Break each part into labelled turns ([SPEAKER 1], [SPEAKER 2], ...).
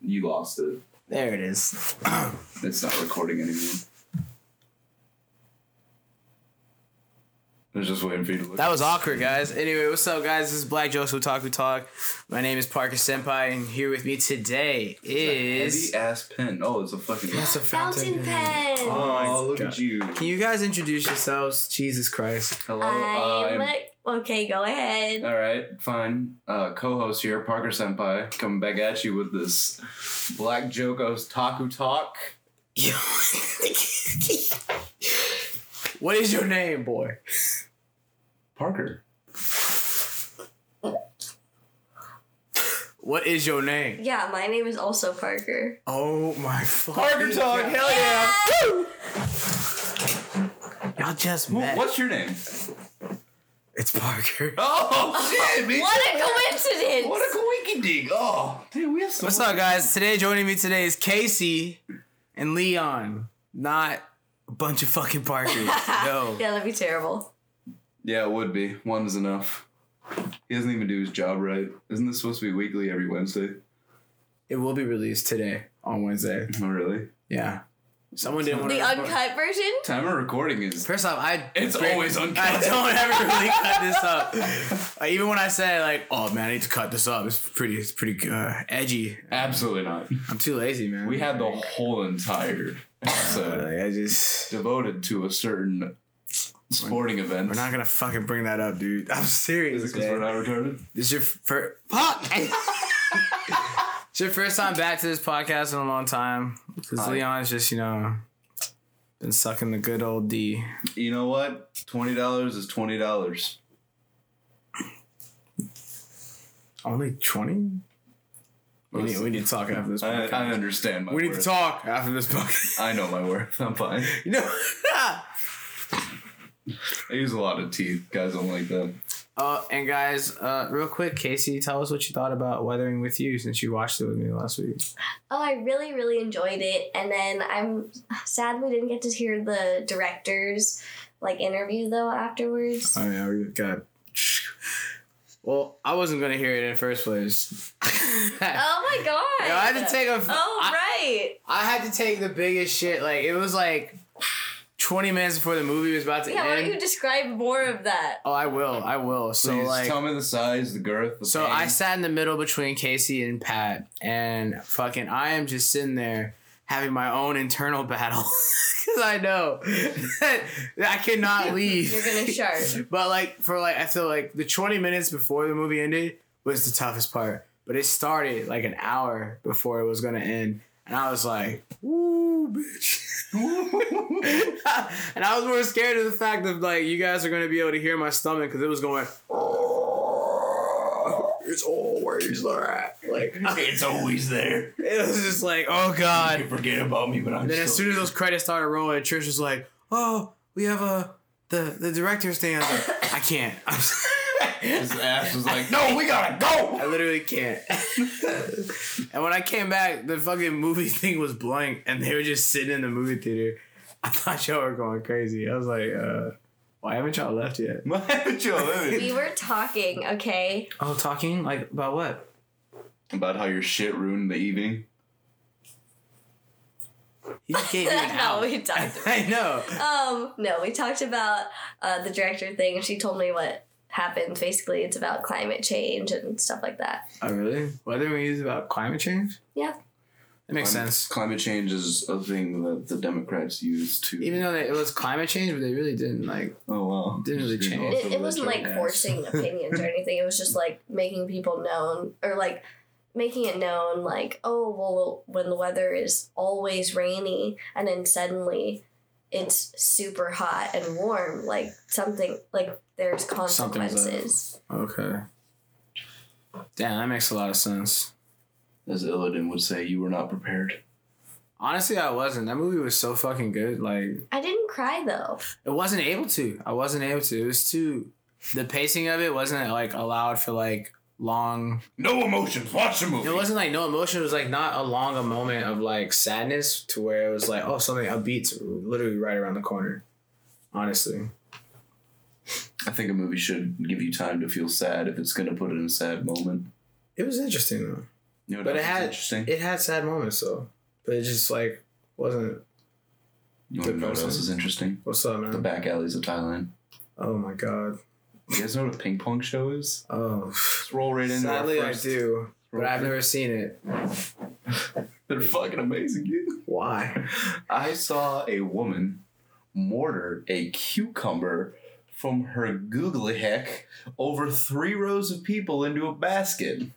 [SPEAKER 1] You lost it.
[SPEAKER 2] There it is.
[SPEAKER 1] It's not recording anymore. I was just waiting for you to look.
[SPEAKER 2] That was awkward, guys. Anyway, what's up, guys? This is Black Jokes Otaku Talk. My name is Parker Senpai, and here with me today is.
[SPEAKER 1] heavy ass pen. Oh, it's a fucking.
[SPEAKER 2] That's a
[SPEAKER 3] Fountain pen.
[SPEAKER 1] oh, look at you.
[SPEAKER 2] Can you guys introduce yourselves? Jesus Christ.
[SPEAKER 1] Hello. uh,
[SPEAKER 3] I
[SPEAKER 1] I'm-
[SPEAKER 2] um,
[SPEAKER 3] look. Okay, go
[SPEAKER 2] uh,
[SPEAKER 3] ahead.
[SPEAKER 1] All right, fine. Uh, co-host here, Parker Senpai, coming back at you with this Black Jokos Taku Talk.
[SPEAKER 2] what is your name, boy?
[SPEAKER 1] Parker.
[SPEAKER 2] What is your name?
[SPEAKER 3] Yeah, my name is also Parker.
[SPEAKER 2] Oh my fuck.
[SPEAKER 1] Parker Talk. Hell yeah.
[SPEAKER 2] Y'all just
[SPEAKER 1] Who-
[SPEAKER 2] met.
[SPEAKER 1] What's your name?
[SPEAKER 2] It's Parker.
[SPEAKER 1] Oh shit, bitch.
[SPEAKER 3] What a coincidence!
[SPEAKER 1] What a coinky dig. Oh, dude, we have so
[SPEAKER 2] What's up, guys? Today, joining me today is Casey and Leon, not a bunch of fucking Parkers. No.
[SPEAKER 3] yeah, that'd be terrible.
[SPEAKER 1] Yeah, it would be. One is enough. He doesn't even do his job right. Isn't this supposed to be weekly every Wednesday?
[SPEAKER 2] It will be released today on Wednesday.
[SPEAKER 1] Oh, really?
[SPEAKER 2] Yeah. Someone didn't want
[SPEAKER 3] The uncut version?
[SPEAKER 1] Time of recording is.
[SPEAKER 2] First off, I
[SPEAKER 1] It's always uncut.
[SPEAKER 2] I don't ever really cut this up. Like, even when I say like, "Oh man, I need to cut this up," it's pretty, it's pretty uh, edgy.
[SPEAKER 1] Absolutely not.
[SPEAKER 2] I'm too lazy, man.
[SPEAKER 1] We had the whole entire
[SPEAKER 2] Uh,
[SPEAKER 1] episode
[SPEAKER 2] like, I just
[SPEAKER 1] devoted to a certain sporting event.
[SPEAKER 2] we're not gonna fucking bring that up, dude. I'm serious.
[SPEAKER 1] Is it because we're
[SPEAKER 2] man.
[SPEAKER 1] not retarded?
[SPEAKER 2] This is your first. Fuck. it's your first time back to this podcast in a long time because
[SPEAKER 1] Hi.
[SPEAKER 2] Leon's just you know been sucking the good old D.
[SPEAKER 1] You know what? Twenty dollars is twenty dollars.
[SPEAKER 2] Only twenty. We need, we need to talk after this.
[SPEAKER 1] I,
[SPEAKER 2] Podcast.
[SPEAKER 1] I understand my
[SPEAKER 2] we need
[SPEAKER 1] worth.
[SPEAKER 2] to talk after this podcast.
[SPEAKER 1] I know my worth. I'm fine.
[SPEAKER 2] you know.
[SPEAKER 1] I use a lot of teeth. Guys don't like that.
[SPEAKER 2] uh, and guys, uh, real quick, Casey, tell us what you thought about Weathering with You since you watched it with me last week.
[SPEAKER 3] Oh, I really, really enjoyed it. And then I'm sad we didn't get to hear the director's like interview though afterwards.
[SPEAKER 2] Oh yeah, we got. Well, I wasn't gonna hear it in the first place.
[SPEAKER 3] oh my god!
[SPEAKER 2] Yo, I had to take a.
[SPEAKER 3] Oh
[SPEAKER 2] I-
[SPEAKER 3] right.
[SPEAKER 2] I had to take the biggest shit. Like it was like twenty minutes before the movie was about to
[SPEAKER 3] Yeah, why
[SPEAKER 2] end.
[SPEAKER 3] don't you describe more of that?
[SPEAKER 2] oh, I will. I will. So
[SPEAKER 1] Please
[SPEAKER 2] like.
[SPEAKER 1] tell me the size, the girth. The
[SPEAKER 2] So
[SPEAKER 1] pain.
[SPEAKER 2] I sat in the middle between Casey and Pat, and fucking, I am just sitting there having my own internal battle because I know that I cannot leave.
[SPEAKER 3] You're gonna shart.
[SPEAKER 2] But like for like, I feel like the twenty minutes before the movie ended was the toughest part. But it started like an hour before it was gonna end, and I was like, "Woo, bitch." and I was more scared of the fact of like you guys are gonna be able to hear my stomach because it was going. "Oh, It's always that. Like
[SPEAKER 1] it's always there.
[SPEAKER 2] it was just like, oh god.
[SPEAKER 1] forget about me, but I'm.
[SPEAKER 2] And then as soon as those credits started rolling, Trish was like, oh, we have a the the director's thing. I was like, I can't. I'm sorry.
[SPEAKER 1] his ass was like, "No, we gotta
[SPEAKER 2] I
[SPEAKER 1] go."
[SPEAKER 2] literally can't. and when I came back, the fucking movie thing was blank, and they were just sitting in the movie theater. I thought y'all were going crazy. I was like, uh, why haven't y'all left yet?
[SPEAKER 1] What happened to your living?
[SPEAKER 3] We were talking, okay?
[SPEAKER 2] Oh, talking like about what?
[SPEAKER 1] About how your shit ruined the evening.
[SPEAKER 2] He just gave me an
[SPEAKER 3] no,
[SPEAKER 2] out.
[SPEAKER 3] we talked
[SPEAKER 2] I know.
[SPEAKER 3] Um, no, we talked about uh, the director thing, and she told me what happens. Basically, it's about climate change and stuff like that.
[SPEAKER 2] Oh, really? Whether we use about climate change?
[SPEAKER 3] Yeah.
[SPEAKER 2] That makes
[SPEAKER 1] Clim-
[SPEAKER 2] sense.
[SPEAKER 1] Climate change is a thing that the Democrats use to.
[SPEAKER 2] Even though they, it was climate change, but they really didn't like.
[SPEAKER 1] oh wow,
[SPEAKER 2] Didn't really change.
[SPEAKER 3] It, it wasn't like forcing opinions or anything. It was just like making people known, or like making it known, like, oh, well, when the weather is always rainy, and then suddenly it's super hot and warm, like something, like there's
[SPEAKER 2] Something's up.
[SPEAKER 3] consequences.
[SPEAKER 2] Okay. Damn, that makes a lot of sense.
[SPEAKER 1] As Illidan would say, you were not prepared.
[SPEAKER 2] Honestly, I wasn't. That movie was so fucking good. Like,
[SPEAKER 3] I didn't cry though.
[SPEAKER 2] it wasn't able to. I wasn't able to. It was too. The pacing of it wasn't like allowed for like long.
[SPEAKER 1] No emotions. Watch the movie.
[SPEAKER 2] It wasn't like no emotion. It was like not a long a moment of like sadness to where it was like oh something a beat's literally right around the corner. Honestly,
[SPEAKER 1] I think a movie should give you time to feel sad if it's gonna put it in a sad moment.
[SPEAKER 2] it was interesting though.
[SPEAKER 1] You know what
[SPEAKER 2] But
[SPEAKER 1] else
[SPEAKER 2] it
[SPEAKER 1] is
[SPEAKER 2] had-
[SPEAKER 1] interesting.
[SPEAKER 2] It had sad moments though, but it just like wasn't.
[SPEAKER 1] you want to know what else is interesting?
[SPEAKER 2] What's up,
[SPEAKER 1] The
[SPEAKER 2] man?
[SPEAKER 1] back alleys of Thailand.
[SPEAKER 2] Oh my god.
[SPEAKER 1] You guys know what a ping pong show is?
[SPEAKER 2] Oh.
[SPEAKER 1] Let's roll right into
[SPEAKER 2] Sadly,
[SPEAKER 1] our
[SPEAKER 2] I
[SPEAKER 1] first-
[SPEAKER 2] do, but
[SPEAKER 1] roll-
[SPEAKER 2] I've never seen it.
[SPEAKER 1] They're fucking amazing, dude.
[SPEAKER 2] Why?
[SPEAKER 1] I saw a woman mortar a cucumber from her googly heck over three rows of people into a basket.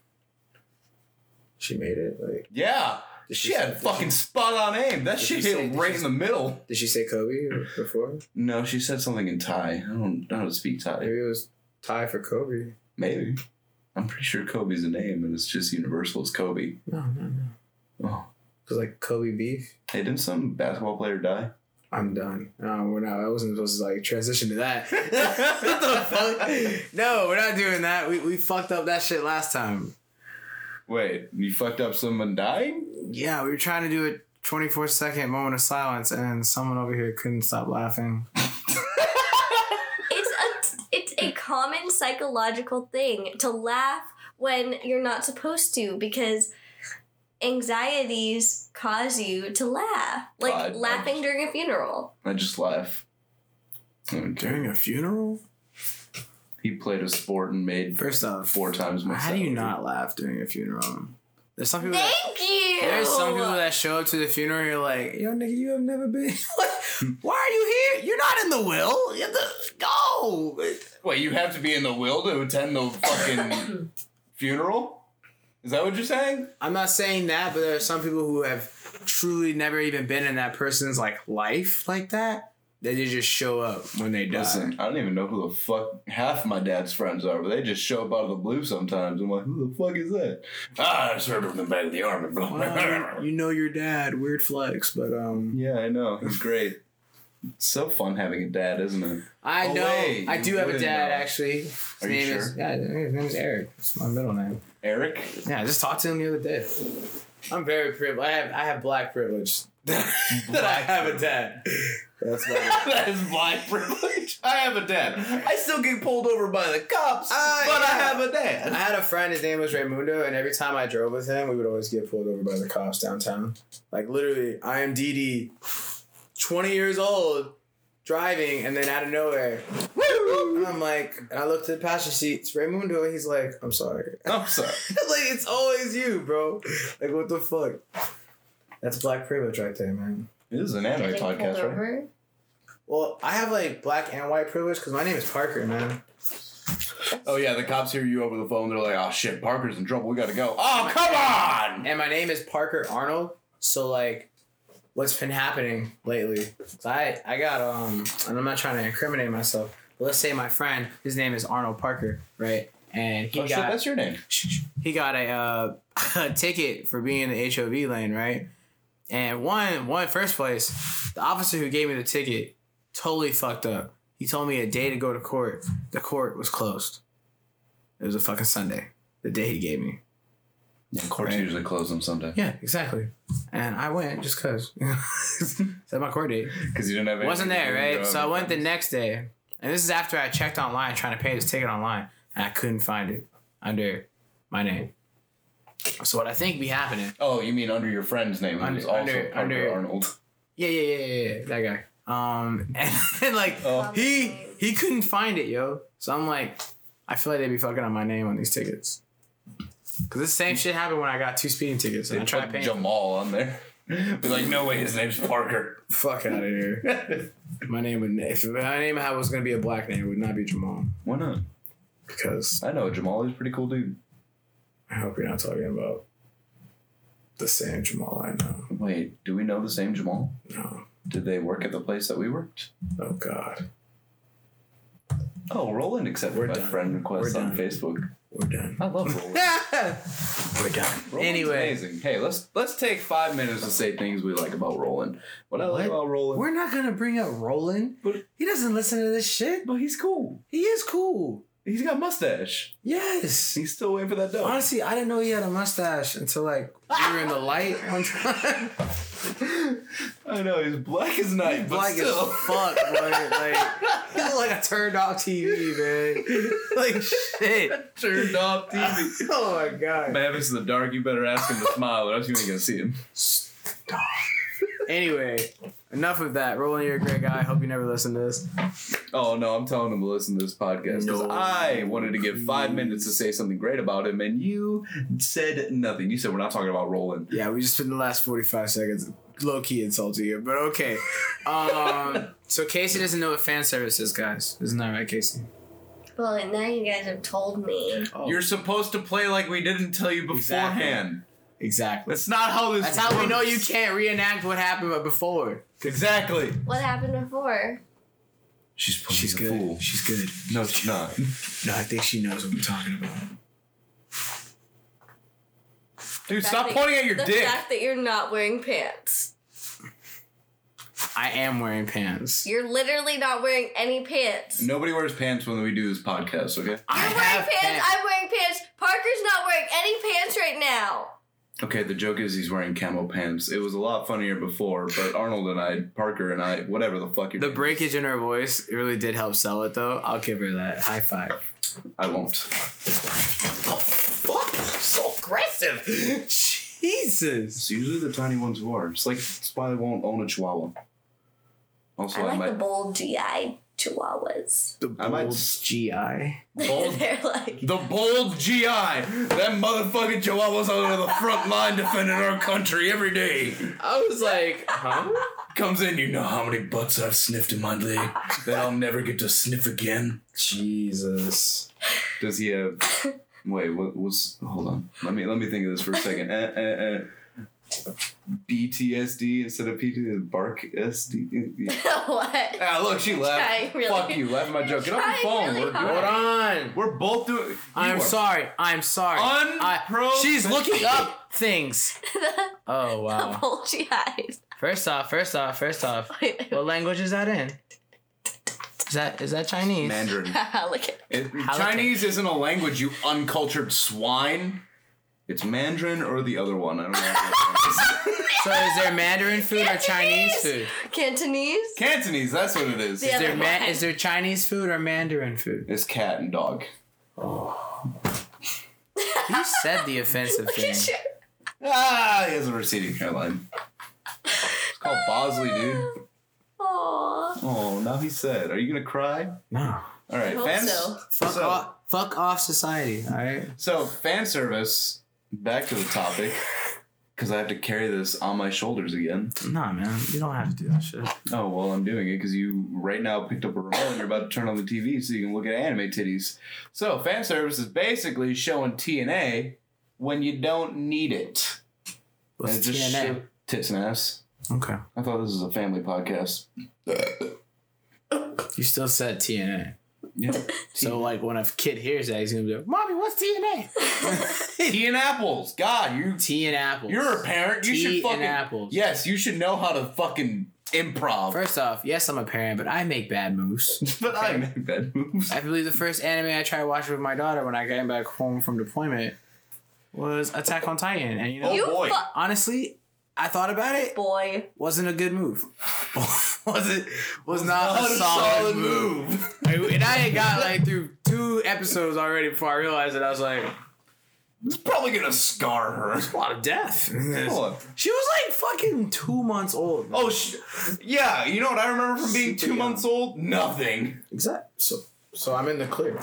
[SPEAKER 2] She made it. Like,
[SPEAKER 1] Yeah.
[SPEAKER 2] Did she
[SPEAKER 1] She had
[SPEAKER 2] say-
[SPEAKER 1] fucking spot on aim. That
[SPEAKER 2] did
[SPEAKER 1] shit
[SPEAKER 2] she
[SPEAKER 1] hit
[SPEAKER 2] say- did
[SPEAKER 1] right
[SPEAKER 2] she-
[SPEAKER 1] in the middle.
[SPEAKER 2] did she say Kobe before?
[SPEAKER 1] No, she said something in Thai. I don't I don't speak Thai.
[SPEAKER 2] Maybe it was tie for Kobe.
[SPEAKER 1] Maybe. I'm pretty sure Kobe's a name and it's just universal as Kobe.
[SPEAKER 2] No, no, no.
[SPEAKER 1] Oh.
[SPEAKER 2] Cause like Kobe beef.
[SPEAKER 1] Hey, didn't some basketball player die?
[SPEAKER 2] I'm done. No, we're not. I wasn't supposed to like transition to that. what the fuck? No, we're not doing that. We, we fucked up that shit last time.
[SPEAKER 1] Wait, you fucked up someone dying?
[SPEAKER 2] Yeah, we were trying to do a 24 second moment of silence, and someone over here couldn't stop laughing.
[SPEAKER 3] It's a it's a common psychological thing to laugh when you're not supposed to because anxieties cause you to laugh. Like
[SPEAKER 1] God, I'm
[SPEAKER 3] laughing during a funeral.
[SPEAKER 1] I just laugh. Okay.
[SPEAKER 2] a funeral?
[SPEAKER 1] He played a sport and made
[SPEAKER 2] First off,
[SPEAKER 1] four times more.
[SPEAKER 2] How do you
[SPEAKER 1] salary.
[SPEAKER 2] not laugh during a funeral? There's some people. That,
[SPEAKER 3] Thank you.
[SPEAKER 2] there's some people that show up to the funeral. and You're like, yo, nigga, you have never been. Why are you here? You're not in the will. You have to go.
[SPEAKER 1] Wait, you have to be in the will to attend the fucking funeral? Is that what you're saying?
[SPEAKER 2] I'm not saying that, but there are some people who have truly never even been in that person's like life like that. That they just show up when they die.
[SPEAKER 1] Listen, I don't even know who the fuck half my dad's friends are, but they just show up out of the blue sometimes. I'm like, who the fuck is that? Ah, I served with them back in the army. Blah, blah, blah,
[SPEAKER 2] Well,
[SPEAKER 1] blah.
[SPEAKER 2] you know your dad. Weird flex, but um,
[SPEAKER 1] yeah, I know. He's great. It's so fun having a dad, isn't it?
[SPEAKER 2] I
[SPEAKER 1] Oh,
[SPEAKER 2] know
[SPEAKER 1] wait,
[SPEAKER 2] I
[SPEAKER 1] you
[SPEAKER 2] do have a
[SPEAKER 1] wouldn't
[SPEAKER 2] dad
[SPEAKER 1] know.
[SPEAKER 2] actually. His
[SPEAKER 1] Are you
[SPEAKER 2] name is
[SPEAKER 1] sure?
[SPEAKER 2] yeah. His name is Eric. It's my middle name.
[SPEAKER 1] Eric?
[SPEAKER 2] Yeah, I just talked to him the other day. I'm very privileged. I have I have black privilege. that I have a dad. That's about it.
[SPEAKER 1] that is black privilege. I have a dad. I still get pulled over by the cops,
[SPEAKER 2] Ah,
[SPEAKER 1] but I
[SPEAKER 2] yeah.
[SPEAKER 1] have a
[SPEAKER 2] I
[SPEAKER 1] dad.
[SPEAKER 2] had a friend, his name was Raymundo, and every time I drove with him, we would always get pulled over by the cops downtown. Like literally, I am DD, 20 years old, driving, and then out of nowhere, and I'm like, and I looked at the passenger seat, it's Raymundo, and he's like, I'm sorry.
[SPEAKER 1] I'm sorry.
[SPEAKER 2] like it's always you, bro. Like what the fuck? That's black privilege right there, man.
[SPEAKER 1] This is an anime podcast, right?
[SPEAKER 2] Well, I have like black and white privilege because my name is Parker, man.
[SPEAKER 1] Oh yeah, the cops hear you over the phone. They're like, "Oh shit, Parker's in trouble. We gotta go." Oh come on!
[SPEAKER 2] And my name is Parker Arnold. So like, what's been happening lately? 'Cause I I got um, and I'm not trying to incriminate myself. But let's say my friend, his name is Arnold Parker, right? And he
[SPEAKER 1] Oh shit,
[SPEAKER 2] got
[SPEAKER 1] that's your name.
[SPEAKER 2] he got a, uh, a ticket for being in the HOV lane, right? And one one first place, the officer who gave me the ticket totally fucked up. He told me a day to go to court. The court was closed. It was a fucking Sunday. The day he gave me.
[SPEAKER 1] courts
[SPEAKER 2] Right.
[SPEAKER 1] usually close on Sunday
[SPEAKER 2] Yeah, exactly. And I went just cause. That's my court date.
[SPEAKER 1] because you didn't have.
[SPEAKER 2] Wasn't
[SPEAKER 1] anything
[SPEAKER 2] there,
[SPEAKER 1] to do.
[SPEAKER 2] right? So I went the next day. And this is after I checked online trying to pay this ticket online and I couldn't find it under my name. So what I think be happening
[SPEAKER 1] Oh, you mean under your friend's name? Under,
[SPEAKER 2] Under-
[SPEAKER 1] was also
[SPEAKER 2] under-
[SPEAKER 1] Parker
[SPEAKER 2] under-
[SPEAKER 1] Arnold.
[SPEAKER 2] Yeah, yeah, yeah, yeah, yeah, that guy. Um, and, and like
[SPEAKER 1] Oh.
[SPEAKER 2] he he couldn't find it, yo. So I'm like, I feel like they'd be fucking on my name on these tickets. Cause this same shit happened when I got two speeding tickets and
[SPEAKER 1] They
[SPEAKER 2] I tried
[SPEAKER 1] put
[SPEAKER 2] paying.
[SPEAKER 1] Jamal on there. Be like, no way, his name's Parker.
[SPEAKER 2] Fuck out of here. my name would if my name had- was gonna be a black name, it would not be Jamal
[SPEAKER 1] Why not?
[SPEAKER 2] because
[SPEAKER 1] I know Jamal. He's a pretty cool dude.
[SPEAKER 2] I hope you're not talking about the same Jamal I know.
[SPEAKER 1] Wait, do we know the same Jamal?
[SPEAKER 2] No,
[SPEAKER 1] Did they work at the place that we worked?
[SPEAKER 2] oh God,
[SPEAKER 1] Oh, Roland accepted
[SPEAKER 2] We're
[SPEAKER 1] my
[SPEAKER 2] done.
[SPEAKER 1] friend request
[SPEAKER 2] We're
[SPEAKER 1] on
[SPEAKER 2] done.
[SPEAKER 1] Facebook.
[SPEAKER 2] we're done.
[SPEAKER 1] I love Roland.
[SPEAKER 2] Oh, we're done.
[SPEAKER 1] Roland's
[SPEAKER 2] Anyway.
[SPEAKER 1] amazing. Hey, let's let's take five minutes to say things we like about Roland. What I like
[SPEAKER 2] What?
[SPEAKER 1] about Roland,
[SPEAKER 2] We're not gonna bring up Roland.
[SPEAKER 1] But-
[SPEAKER 2] He doesn't listen to this shit.
[SPEAKER 1] but he's cool.
[SPEAKER 2] He is cool.
[SPEAKER 1] He's got mustache.
[SPEAKER 2] Yes.
[SPEAKER 1] He's still waiting for that dog.
[SPEAKER 2] Honestly, I didn't know he had a mustache until like we were in the light one time.
[SPEAKER 1] I know he's black as night, but
[SPEAKER 2] Black as
[SPEAKER 1] still.
[SPEAKER 2] fuck, bro. Like like I turned off TV, man. Like shit.
[SPEAKER 1] Turned off TV.
[SPEAKER 2] Oh my god.
[SPEAKER 1] Man, if it's in the dark, you better ask him to smile, or else you ain't gonna see him.
[SPEAKER 2] Anyway, enough of that. Roland, you're a great guy. I hope you never listen to this.
[SPEAKER 1] Oh no, I'm telling him to listen to this podcast because
[SPEAKER 2] No,
[SPEAKER 1] I wanted to give five
[SPEAKER 2] please.
[SPEAKER 1] minutes to say something great about him, and you said nothing. You said we're not talking about Roland.
[SPEAKER 2] Yeah, we just spent the last 45 seconds low key insulting you, but okay. Um, so Casey doesn't know what fan service is, guys. Isn't that right, Casey?
[SPEAKER 3] Well, now you guys have told me.
[SPEAKER 2] Oh,
[SPEAKER 1] You're supposed to play like we didn't tell you beforehand.
[SPEAKER 2] exactly.
[SPEAKER 1] That's not how this.
[SPEAKER 2] That's how we know you
[SPEAKER 1] works.
[SPEAKER 2] can't reenact what happened before.
[SPEAKER 1] Exactly.
[SPEAKER 3] What happened before?
[SPEAKER 1] She's
[SPEAKER 2] She's
[SPEAKER 1] a
[SPEAKER 2] good.
[SPEAKER 1] fool.
[SPEAKER 2] She's good.
[SPEAKER 1] No, she's not.
[SPEAKER 2] No, I think she knows what we're talking about.
[SPEAKER 1] Dude,
[SPEAKER 3] The
[SPEAKER 1] stop
[SPEAKER 3] fact that-
[SPEAKER 1] pointing at your
[SPEAKER 3] the
[SPEAKER 1] dick.
[SPEAKER 3] fact that you're not wearing pants.
[SPEAKER 2] I am wearing pants.
[SPEAKER 3] You're literally not wearing any pants.
[SPEAKER 1] Nobody wears pants when we do this podcast. Okay.
[SPEAKER 2] I
[SPEAKER 3] You're wearing
[SPEAKER 2] have
[SPEAKER 3] pants, I'm wearing pants. Parker's not wearing any pants right now.
[SPEAKER 1] Okay, the joke is he's wearing camo pants. It was a lot funnier before, but Arnold and I, Parker and I, whatever the fuck you're
[SPEAKER 2] The breakage in her voice really did help sell it, though. I'll give her that. High five.
[SPEAKER 1] I won't.
[SPEAKER 2] Fuck, so aggressive. Jesus.
[SPEAKER 1] It's usually the tiny ones who are. It's like that's why they won't own a chihuahua. Also,
[SPEAKER 3] I
[SPEAKER 1] I,
[SPEAKER 3] like
[SPEAKER 1] might
[SPEAKER 3] the bold GI chihuawas.
[SPEAKER 2] The
[SPEAKER 1] I might-
[SPEAKER 2] bold GI.
[SPEAKER 1] bold
[SPEAKER 3] They're like,
[SPEAKER 1] the bold GI. That motherfucking chihuahua's on the front line defending our country every day.
[SPEAKER 2] I was like, huh?
[SPEAKER 1] Comes in, you know how many butts I've sniffed in my leg that I'll never get to sniff again.
[SPEAKER 2] Jesus.
[SPEAKER 1] Does he have? Wait, what was? Hold on. Let me let me think of this for a second. Uh, uh, uh. BTSD instead of PTSD, bark SD.
[SPEAKER 3] what?
[SPEAKER 1] Ah, look, she
[SPEAKER 3] Trying
[SPEAKER 1] laughed.
[SPEAKER 3] really-
[SPEAKER 1] Fuck you, laughing my
[SPEAKER 3] You're
[SPEAKER 1] joke. Get off your
[SPEAKER 3] trying
[SPEAKER 1] phone.
[SPEAKER 3] really
[SPEAKER 1] we're,
[SPEAKER 3] hard.
[SPEAKER 2] Hold
[SPEAKER 1] we're-
[SPEAKER 2] on.
[SPEAKER 1] we're both doing. you
[SPEAKER 2] I'm
[SPEAKER 1] are
[SPEAKER 2] sorry. I'm sorry. I,
[SPEAKER 1] Unprof-
[SPEAKER 2] she's looking up things. Oh
[SPEAKER 3] The
[SPEAKER 1] Uh,
[SPEAKER 2] wow.
[SPEAKER 3] bold GIs.
[SPEAKER 2] First off, first off, first off.
[SPEAKER 3] Wait, wait,
[SPEAKER 2] What language is that in? Is that is that Chinese?
[SPEAKER 1] Mandarin.
[SPEAKER 3] look at
[SPEAKER 1] It-
[SPEAKER 2] How-
[SPEAKER 1] Chinese isn't a language, you uncultured swine. It's Mandarin or the other one. I don't know. what it is.
[SPEAKER 2] So is there Mandarin food or
[SPEAKER 3] Cantonese.
[SPEAKER 2] Chinese food?
[SPEAKER 3] Cantonese.
[SPEAKER 1] Cantonese, that's what it is.
[SPEAKER 3] Yeah.
[SPEAKER 2] Is there,
[SPEAKER 3] Other
[SPEAKER 2] ma-
[SPEAKER 3] one.
[SPEAKER 2] is there Chinese food or Mandarin food?
[SPEAKER 1] It's cat and dog.
[SPEAKER 2] You said the offensive
[SPEAKER 3] Look
[SPEAKER 2] thing.
[SPEAKER 3] at you.
[SPEAKER 1] Ah, he has a receding hairline. It's called Bosley, dude.
[SPEAKER 3] Aw.
[SPEAKER 1] Oh, now he's sad. Are you gonna cry?
[SPEAKER 2] No.
[SPEAKER 1] All right,
[SPEAKER 3] I hope
[SPEAKER 1] fans.
[SPEAKER 3] so.
[SPEAKER 2] Fuck off. Fuck off society. All right.
[SPEAKER 1] So, fan service, back to the topic, because I have to carry this on my shoulders again.
[SPEAKER 2] Nah, man. You don't have to do that shit.
[SPEAKER 1] Oh, well, I'm doing it because you right now picked up a remote and you're about to turn on the TV so you can look at anime titties. So, fan service is basically showing TNA when you don't need it.
[SPEAKER 2] What's
[SPEAKER 1] And it just
[SPEAKER 2] TNA?
[SPEAKER 1] show- tits and ass.
[SPEAKER 2] Okay.
[SPEAKER 1] I thought this was a family podcast.
[SPEAKER 2] You still said TNA.
[SPEAKER 1] Yeah.
[SPEAKER 2] So like when a kid hears that, he's gonna be like, "Mommy, what's TNA?"
[SPEAKER 1] Tea and apples. God, you
[SPEAKER 2] T and apples.
[SPEAKER 1] You're a parent. You
[SPEAKER 2] Tea
[SPEAKER 1] should
[SPEAKER 2] and
[SPEAKER 1] fucking
[SPEAKER 2] apples.
[SPEAKER 1] Yes, you should know how to fucking improv.
[SPEAKER 2] First off, yes, I'm a parent, but I make bad moves.
[SPEAKER 1] but I make bad moves.
[SPEAKER 2] I believe the first anime I tried watching with my daughter when I came back home from deployment was Attack on Titan, and you know,
[SPEAKER 1] Oh,
[SPEAKER 3] you
[SPEAKER 1] boy.
[SPEAKER 3] fuck
[SPEAKER 2] honestly, I thought about it.
[SPEAKER 3] boy.
[SPEAKER 2] Wasn't a good move. wasn't was not, a
[SPEAKER 1] Not
[SPEAKER 2] solid, move. I- and I had got like through two episodes already before I realized it. I was like,
[SPEAKER 1] It's probably gonna scar her.
[SPEAKER 2] a lot of death.
[SPEAKER 1] Hold on.
[SPEAKER 2] she was like fucking two months old.
[SPEAKER 1] Oh, sh- yeah. You know what I remember from being
[SPEAKER 2] Super
[SPEAKER 1] two
[SPEAKER 2] young.
[SPEAKER 1] months old? Nothing.
[SPEAKER 2] Exactly. So, so I'm in the clear.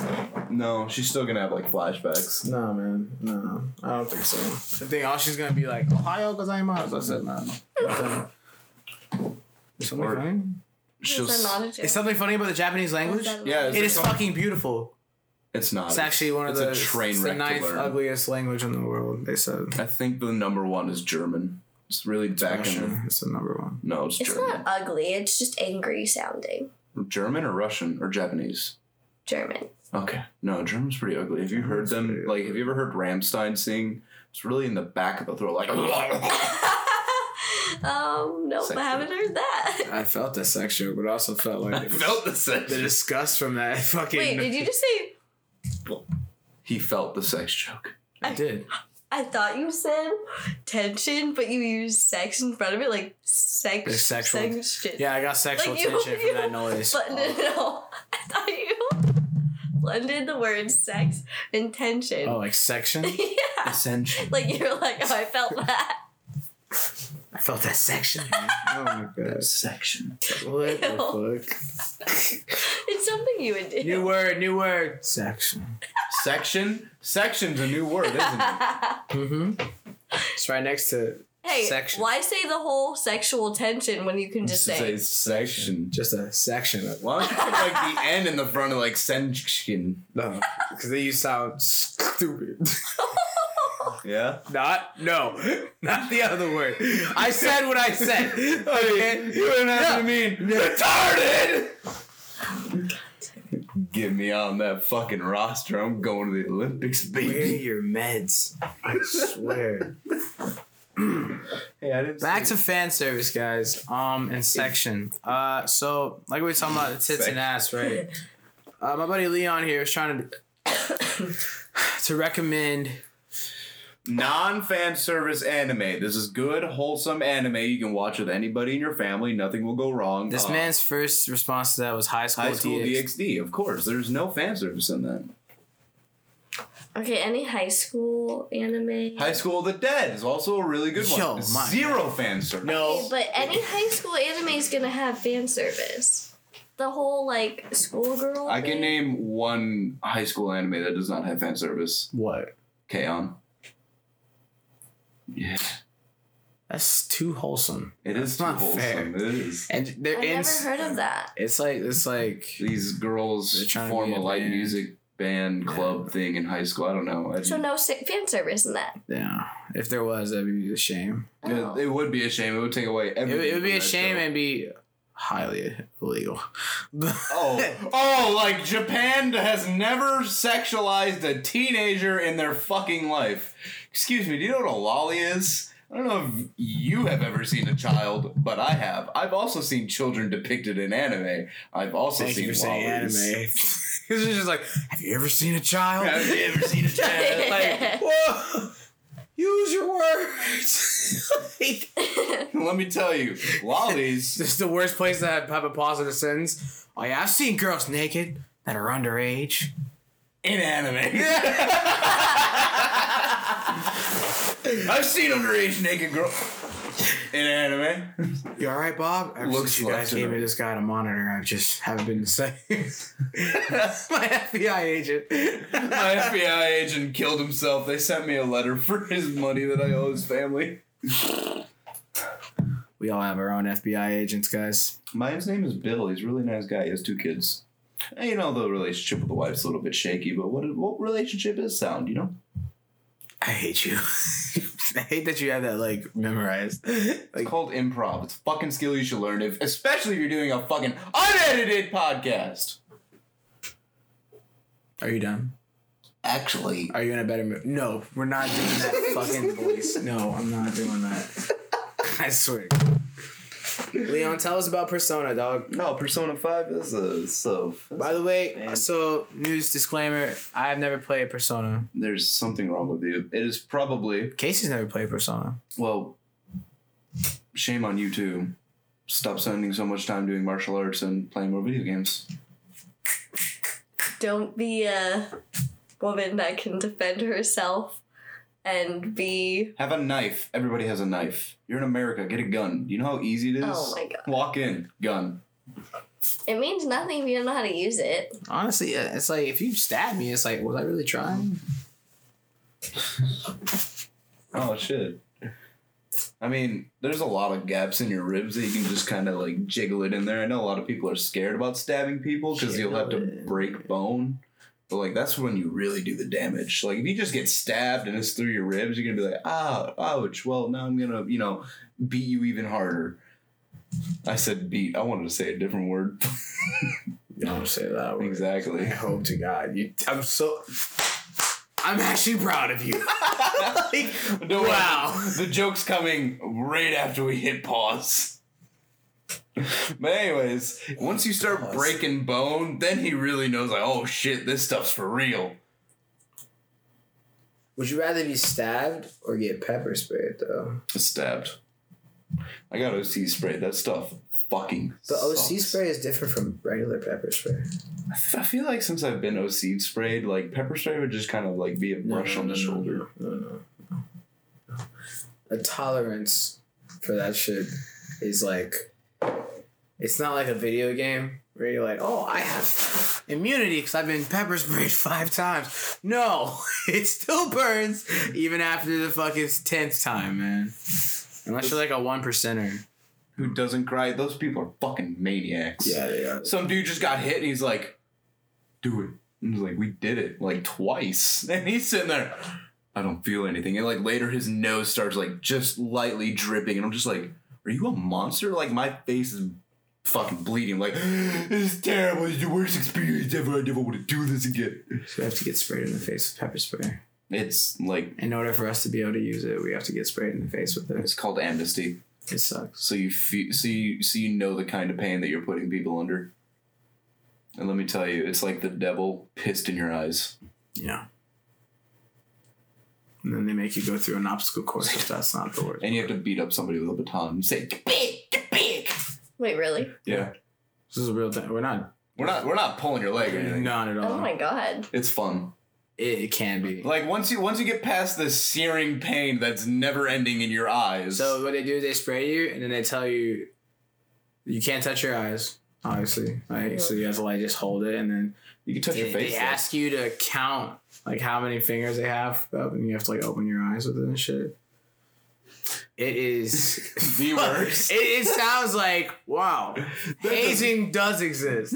[SPEAKER 1] No, she's still gonna have like flashbacks.
[SPEAKER 2] Nah, man. Nah, I don't think so. I think all she's gonna be like, Ohio gozaimasu. I said, nah. no. Is something
[SPEAKER 1] Or-
[SPEAKER 2] funny?
[SPEAKER 1] She'll.
[SPEAKER 3] Is that
[SPEAKER 1] s-
[SPEAKER 3] not a joke?
[SPEAKER 2] Is something funny about the Japanese language?
[SPEAKER 3] that-
[SPEAKER 1] Yeah,
[SPEAKER 2] It is
[SPEAKER 1] there some-
[SPEAKER 2] fucking beautiful.
[SPEAKER 1] It's not.
[SPEAKER 2] It's actually one of
[SPEAKER 1] it's
[SPEAKER 2] the,
[SPEAKER 1] a train
[SPEAKER 2] it's
[SPEAKER 1] wreck
[SPEAKER 2] the ninth
[SPEAKER 1] to learn.
[SPEAKER 2] ugliest language in the world. They said
[SPEAKER 1] I think the number one is German. It's really back in.
[SPEAKER 2] Russian. It's the number one.
[SPEAKER 1] No, it's,
[SPEAKER 3] It's
[SPEAKER 1] German.
[SPEAKER 3] not ugly. It's just angry sounding.
[SPEAKER 1] German or Russian or Japanese.
[SPEAKER 3] German.
[SPEAKER 1] Okay. No, German's pretty ugly. Have you heard
[SPEAKER 2] German's
[SPEAKER 1] them?
[SPEAKER 2] pretty
[SPEAKER 1] Like,
[SPEAKER 2] ugly.
[SPEAKER 1] have you ever heard Ramstein sing? It's really in the back of the throat, like.
[SPEAKER 3] um, nope,
[SPEAKER 1] Sexy.
[SPEAKER 3] I haven't heard that.
[SPEAKER 2] I felt the sex joke, but I also felt like
[SPEAKER 1] the sex.
[SPEAKER 2] the disgust from that fucking.
[SPEAKER 3] Wait, did you just say?
[SPEAKER 1] He felt the sex joke.
[SPEAKER 2] I did.
[SPEAKER 3] I thought you said tension, but you used sex in front of it, like sex.
[SPEAKER 2] There's sexual-
[SPEAKER 3] sex shit.
[SPEAKER 2] Yeah, I got sexual
[SPEAKER 3] Like you-
[SPEAKER 2] tension
[SPEAKER 3] you-
[SPEAKER 2] from that noise.
[SPEAKER 3] But no, no, blended the words sex and tension.
[SPEAKER 2] Oh, like section?
[SPEAKER 3] yeah.
[SPEAKER 2] Ascension.
[SPEAKER 3] Like you're like, oh, I felt that.
[SPEAKER 2] I felt that section. man. oh my god.
[SPEAKER 1] section.
[SPEAKER 2] What the fuck?
[SPEAKER 3] It's something you would do.
[SPEAKER 2] new word, new word. Section.
[SPEAKER 1] Section? Section's a new word, isn't it?
[SPEAKER 2] Mm-hmm. It's right next to
[SPEAKER 3] hey,
[SPEAKER 2] Section.
[SPEAKER 3] why say the whole sexual tension when you can just say?
[SPEAKER 1] section.
[SPEAKER 2] just a section of
[SPEAKER 1] Why don't you put like the N in the front of like section?
[SPEAKER 2] no. Because then you sound stupid.
[SPEAKER 1] Yeah?
[SPEAKER 2] Not no, not the other word. I said what I said. Okay?
[SPEAKER 1] You don't have to
[SPEAKER 2] Yeah.
[SPEAKER 1] mean retarded! Get me on that fucking roster. I'm going to the Olympics,
[SPEAKER 2] Wear
[SPEAKER 1] baby.
[SPEAKER 2] your meds. I swear.
[SPEAKER 1] Hey, I didn't
[SPEAKER 2] Back to fan service, guys. Um, and section. Uh, so like we were talking about the tits and ass, right? Uh, my buddy Leon here is trying to to recommend.
[SPEAKER 1] non fan service anime. This is good, wholesome anime you can watch with anybody in your family. Nothing will go wrong.
[SPEAKER 2] This
[SPEAKER 1] Uh,
[SPEAKER 2] man's first response to that was high school,
[SPEAKER 1] High School
[SPEAKER 2] DX.
[SPEAKER 1] DxD. Of course, there's no fan service in that.
[SPEAKER 3] Okay, any high school anime?
[SPEAKER 1] High School of the Dead is also a really good
[SPEAKER 2] Yo,
[SPEAKER 1] one.
[SPEAKER 2] my-
[SPEAKER 1] Zero fan service.
[SPEAKER 3] Okay, but any high school anime is gonna have fan service. The whole like schoolgirl.
[SPEAKER 1] I can
[SPEAKER 3] thing.
[SPEAKER 1] name one high school anime that does not have fan service.
[SPEAKER 2] What?
[SPEAKER 1] K-On! Yeah,
[SPEAKER 2] That's too wholesome.
[SPEAKER 1] it is
[SPEAKER 2] That's not
[SPEAKER 1] too wholesome.
[SPEAKER 2] fair.
[SPEAKER 1] It is.
[SPEAKER 2] And they're
[SPEAKER 3] I've
[SPEAKER 2] in.
[SPEAKER 3] never heard of that.
[SPEAKER 2] It's like it's like.
[SPEAKER 1] These
[SPEAKER 2] They're
[SPEAKER 1] girls
[SPEAKER 2] trying to
[SPEAKER 1] form
[SPEAKER 2] be
[SPEAKER 1] a
[SPEAKER 2] a
[SPEAKER 1] light
[SPEAKER 2] band.
[SPEAKER 1] music band club thing in high school. I don't know. I-
[SPEAKER 3] So no si- fan service in that.
[SPEAKER 2] Yeah, if there was, that'd be a shame.
[SPEAKER 1] Yeah,
[SPEAKER 3] Oh.
[SPEAKER 1] It would be a shame. It would take away.
[SPEAKER 2] It, would-
[SPEAKER 1] everything
[SPEAKER 2] it would be
[SPEAKER 1] from
[SPEAKER 2] a
[SPEAKER 1] that
[SPEAKER 2] shame
[SPEAKER 1] show.
[SPEAKER 2] and be highly illegal.
[SPEAKER 1] Oh, oh, like Japan has never sexualized a teenager in their fucking life. Excuse me, do you know what a lolly is? I don't know if you have ever seen a child, but I have. I've also seen children depicted in anime. I've also
[SPEAKER 2] Thank
[SPEAKER 1] seen
[SPEAKER 2] you for saying anime.
[SPEAKER 1] lollies.
[SPEAKER 2] Because it's just like, have you ever seen a child?
[SPEAKER 1] Have you ever seen a child?
[SPEAKER 2] like, whoa, use your words. like,
[SPEAKER 1] Let me tell you, lollies.
[SPEAKER 2] this is the worst place to have, have a positive sentence. Oh yeah, I've seen girls naked that are underage.
[SPEAKER 1] in anime. I've seen underage naked girl in anime.
[SPEAKER 2] You all right, Bob? Ever
[SPEAKER 1] Looks
[SPEAKER 2] since you guys
[SPEAKER 1] left and
[SPEAKER 2] gave me
[SPEAKER 1] right.
[SPEAKER 2] this guy to monitor, I just haven't been the same. My FBI agent.
[SPEAKER 1] My FBI agent killed himself. They sent me a letter for his money that I owe his family.
[SPEAKER 2] We all have our own FBI agents, guys.
[SPEAKER 1] My his name is Bill. He's a really nice guy. He has two kids. And, you know the relationship with the wife's a little bit shaky, but what what relationship is sound? You know,
[SPEAKER 2] I hate you. I hate that you have that like memorized.
[SPEAKER 1] it's
[SPEAKER 2] Like
[SPEAKER 1] called improv. It's a fucking skill you should learn, if, especially if you're doing a fucking unedited podcast.
[SPEAKER 2] Are you done?
[SPEAKER 1] Actually,
[SPEAKER 2] Are you in a better mood? No, we're not doing that fucking voice. No, I'm not doing that. I swear. Leon, tell us about Persona, dog.
[SPEAKER 1] no. Persona Five is a so.
[SPEAKER 2] By the way,
[SPEAKER 1] Man.
[SPEAKER 2] so news disclaimer, I've never played Persona.
[SPEAKER 1] There's something wrong with you. It is probably
[SPEAKER 2] Casey's never played Persona.
[SPEAKER 1] Well, shame on you too. Stop spending so much time doing martial arts and playing more video games.
[SPEAKER 3] Don't be a woman that can defend herself and be.
[SPEAKER 1] Have a knife. Everybody has a knife. You're in America. Get a gun. You know how easy it is?
[SPEAKER 3] Oh my God.
[SPEAKER 1] Walk in. Gun.
[SPEAKER 3] It means nothing if you don't know how to use it.
[SPEAKER 2] Honestly, yeah, it's like if you stab me, it's like, was I really trying?
[SPEAKER 1] Oh, shit. I mean, there's a lot of gaps in your ribs that you can just kind of like jiggle it in there. I know a lot of people are scared about stabbing people because you'll have to
[SPEAKER 2] Jiggle it.
[SPEAKER 1] break bone. But like, that's when you really do the damage. Like, if you just get stabbed and it's through your ribs, you're gonna be like, ah, ouch. Well, now I'm gonna, you know, beat you even harder. I said beat. I wanted to say a different word.
[SPEAKER 2] Don't say that. word. I
[SPEAKER 1] exactly.
[SPEAKER 2] hope to God you. I'm so. I'm actually proud of you. Like,
[SPEAKER 1] Don't worry.
[SPEAKER 2] wow.
[SPEAKER 1] the joke's coming right after we hit pause. But anyways, once you start
[SPEAKER 2] Pause.
[SPEAKER 1] breaking bone, then he really knows like, oh shit, this stuff's for real.
[SPEAKER 2] Would you rather be stabbed or get pepper sprayed though?
[SPEAKER 1] Stabbed. I got OC sprayed. That stuff fucking.
[SPEAKER 4] But OC
[SPEAKER 1] sucks.
[SPEAKER 4] spray is different from regular pepper spray.
[SPEAKER 1] I f- I feel like since I've been OC sprayed, like pepper spray would just kind of like be a brush on the shoulder.
[SPEAKER 4] No, no, no, no. A tolerance for that shit is like
[SPEAKER 2] It's not like a video game where you're like, oh, I have immunity because I've been pepper sprayed five times. No, it still burns even after the fucking tenth time, man. Unless you're like a one percenter.
[SPEAKER 1] Who doesn't cry? Those people are fucking maniacs.
[SPEAKER 4] they are.
[SPEAKER 1] Some dude just got hit and he's like, do it. And he's like, we did it like twice. And he's sitting there, I don't feel anything. And like later his nose starts like just lightly dripping. And I'm just like, are you a monster? Like my face is fucking bleeding. Like, this is terrible. It's the worst experience ever. I never want to do this again.
[SPEAKER 2] So we have to get sprayed in the face with pepper spray.
[SPEAKER 1] It's like,
[SPEAKER 2] In order for us to be able to use it, we have to get sprayed in the face with it.
[SPEAKER 1] it's called amnesty.
[SPEAKER 2] It sucks.
[SPEAKER 1] so you feel, so you so you know the kind of pain that you're putting people under. And let me tell you, it's like the devil pissed in your eyes.
[SPEAKER 2] Yeah. And then they make you go through an obstacle course if that's not the word.
[SPEAKER 1] And you have to beat up somebody with a baton and say, "Get big, get big."
[SPEAKER 3] Wait, really?
[SPEAKER 1] Yeah.
[SPEAKER 2] This is a real thing. We're not.
[SPEAKER 1] We're not we're not pulling your leg or anything.
[SPEAKER 2] Not at all.
[SPEAKER 3] Oh my god.
[SPEAKER 1] It's fun.
[SPEAKER 2] It, it can be.
[SPEAKER 1] Like once you once you get past the searing pain that's never ending in your eyes.
[SPEAKER 2] So what they do is they spray you, and then they tell you you can't touch your eyes, obviously. Right? So you have to like just hold it, and then
[SPEAKER 1] you can touch
[SPEAKER 2] they,
[SPEAKER 1] your face.
[SPEAKER 2] they
[SPEAKER 1] though.
[SPEAKER 2] ask you to count like how many fingers they have up, and you have to like open your eyes with it and shit. It is
[SPEAKER 1] The worst.
[SPEAKER 2] It, it sounds like wow, hazing does exist.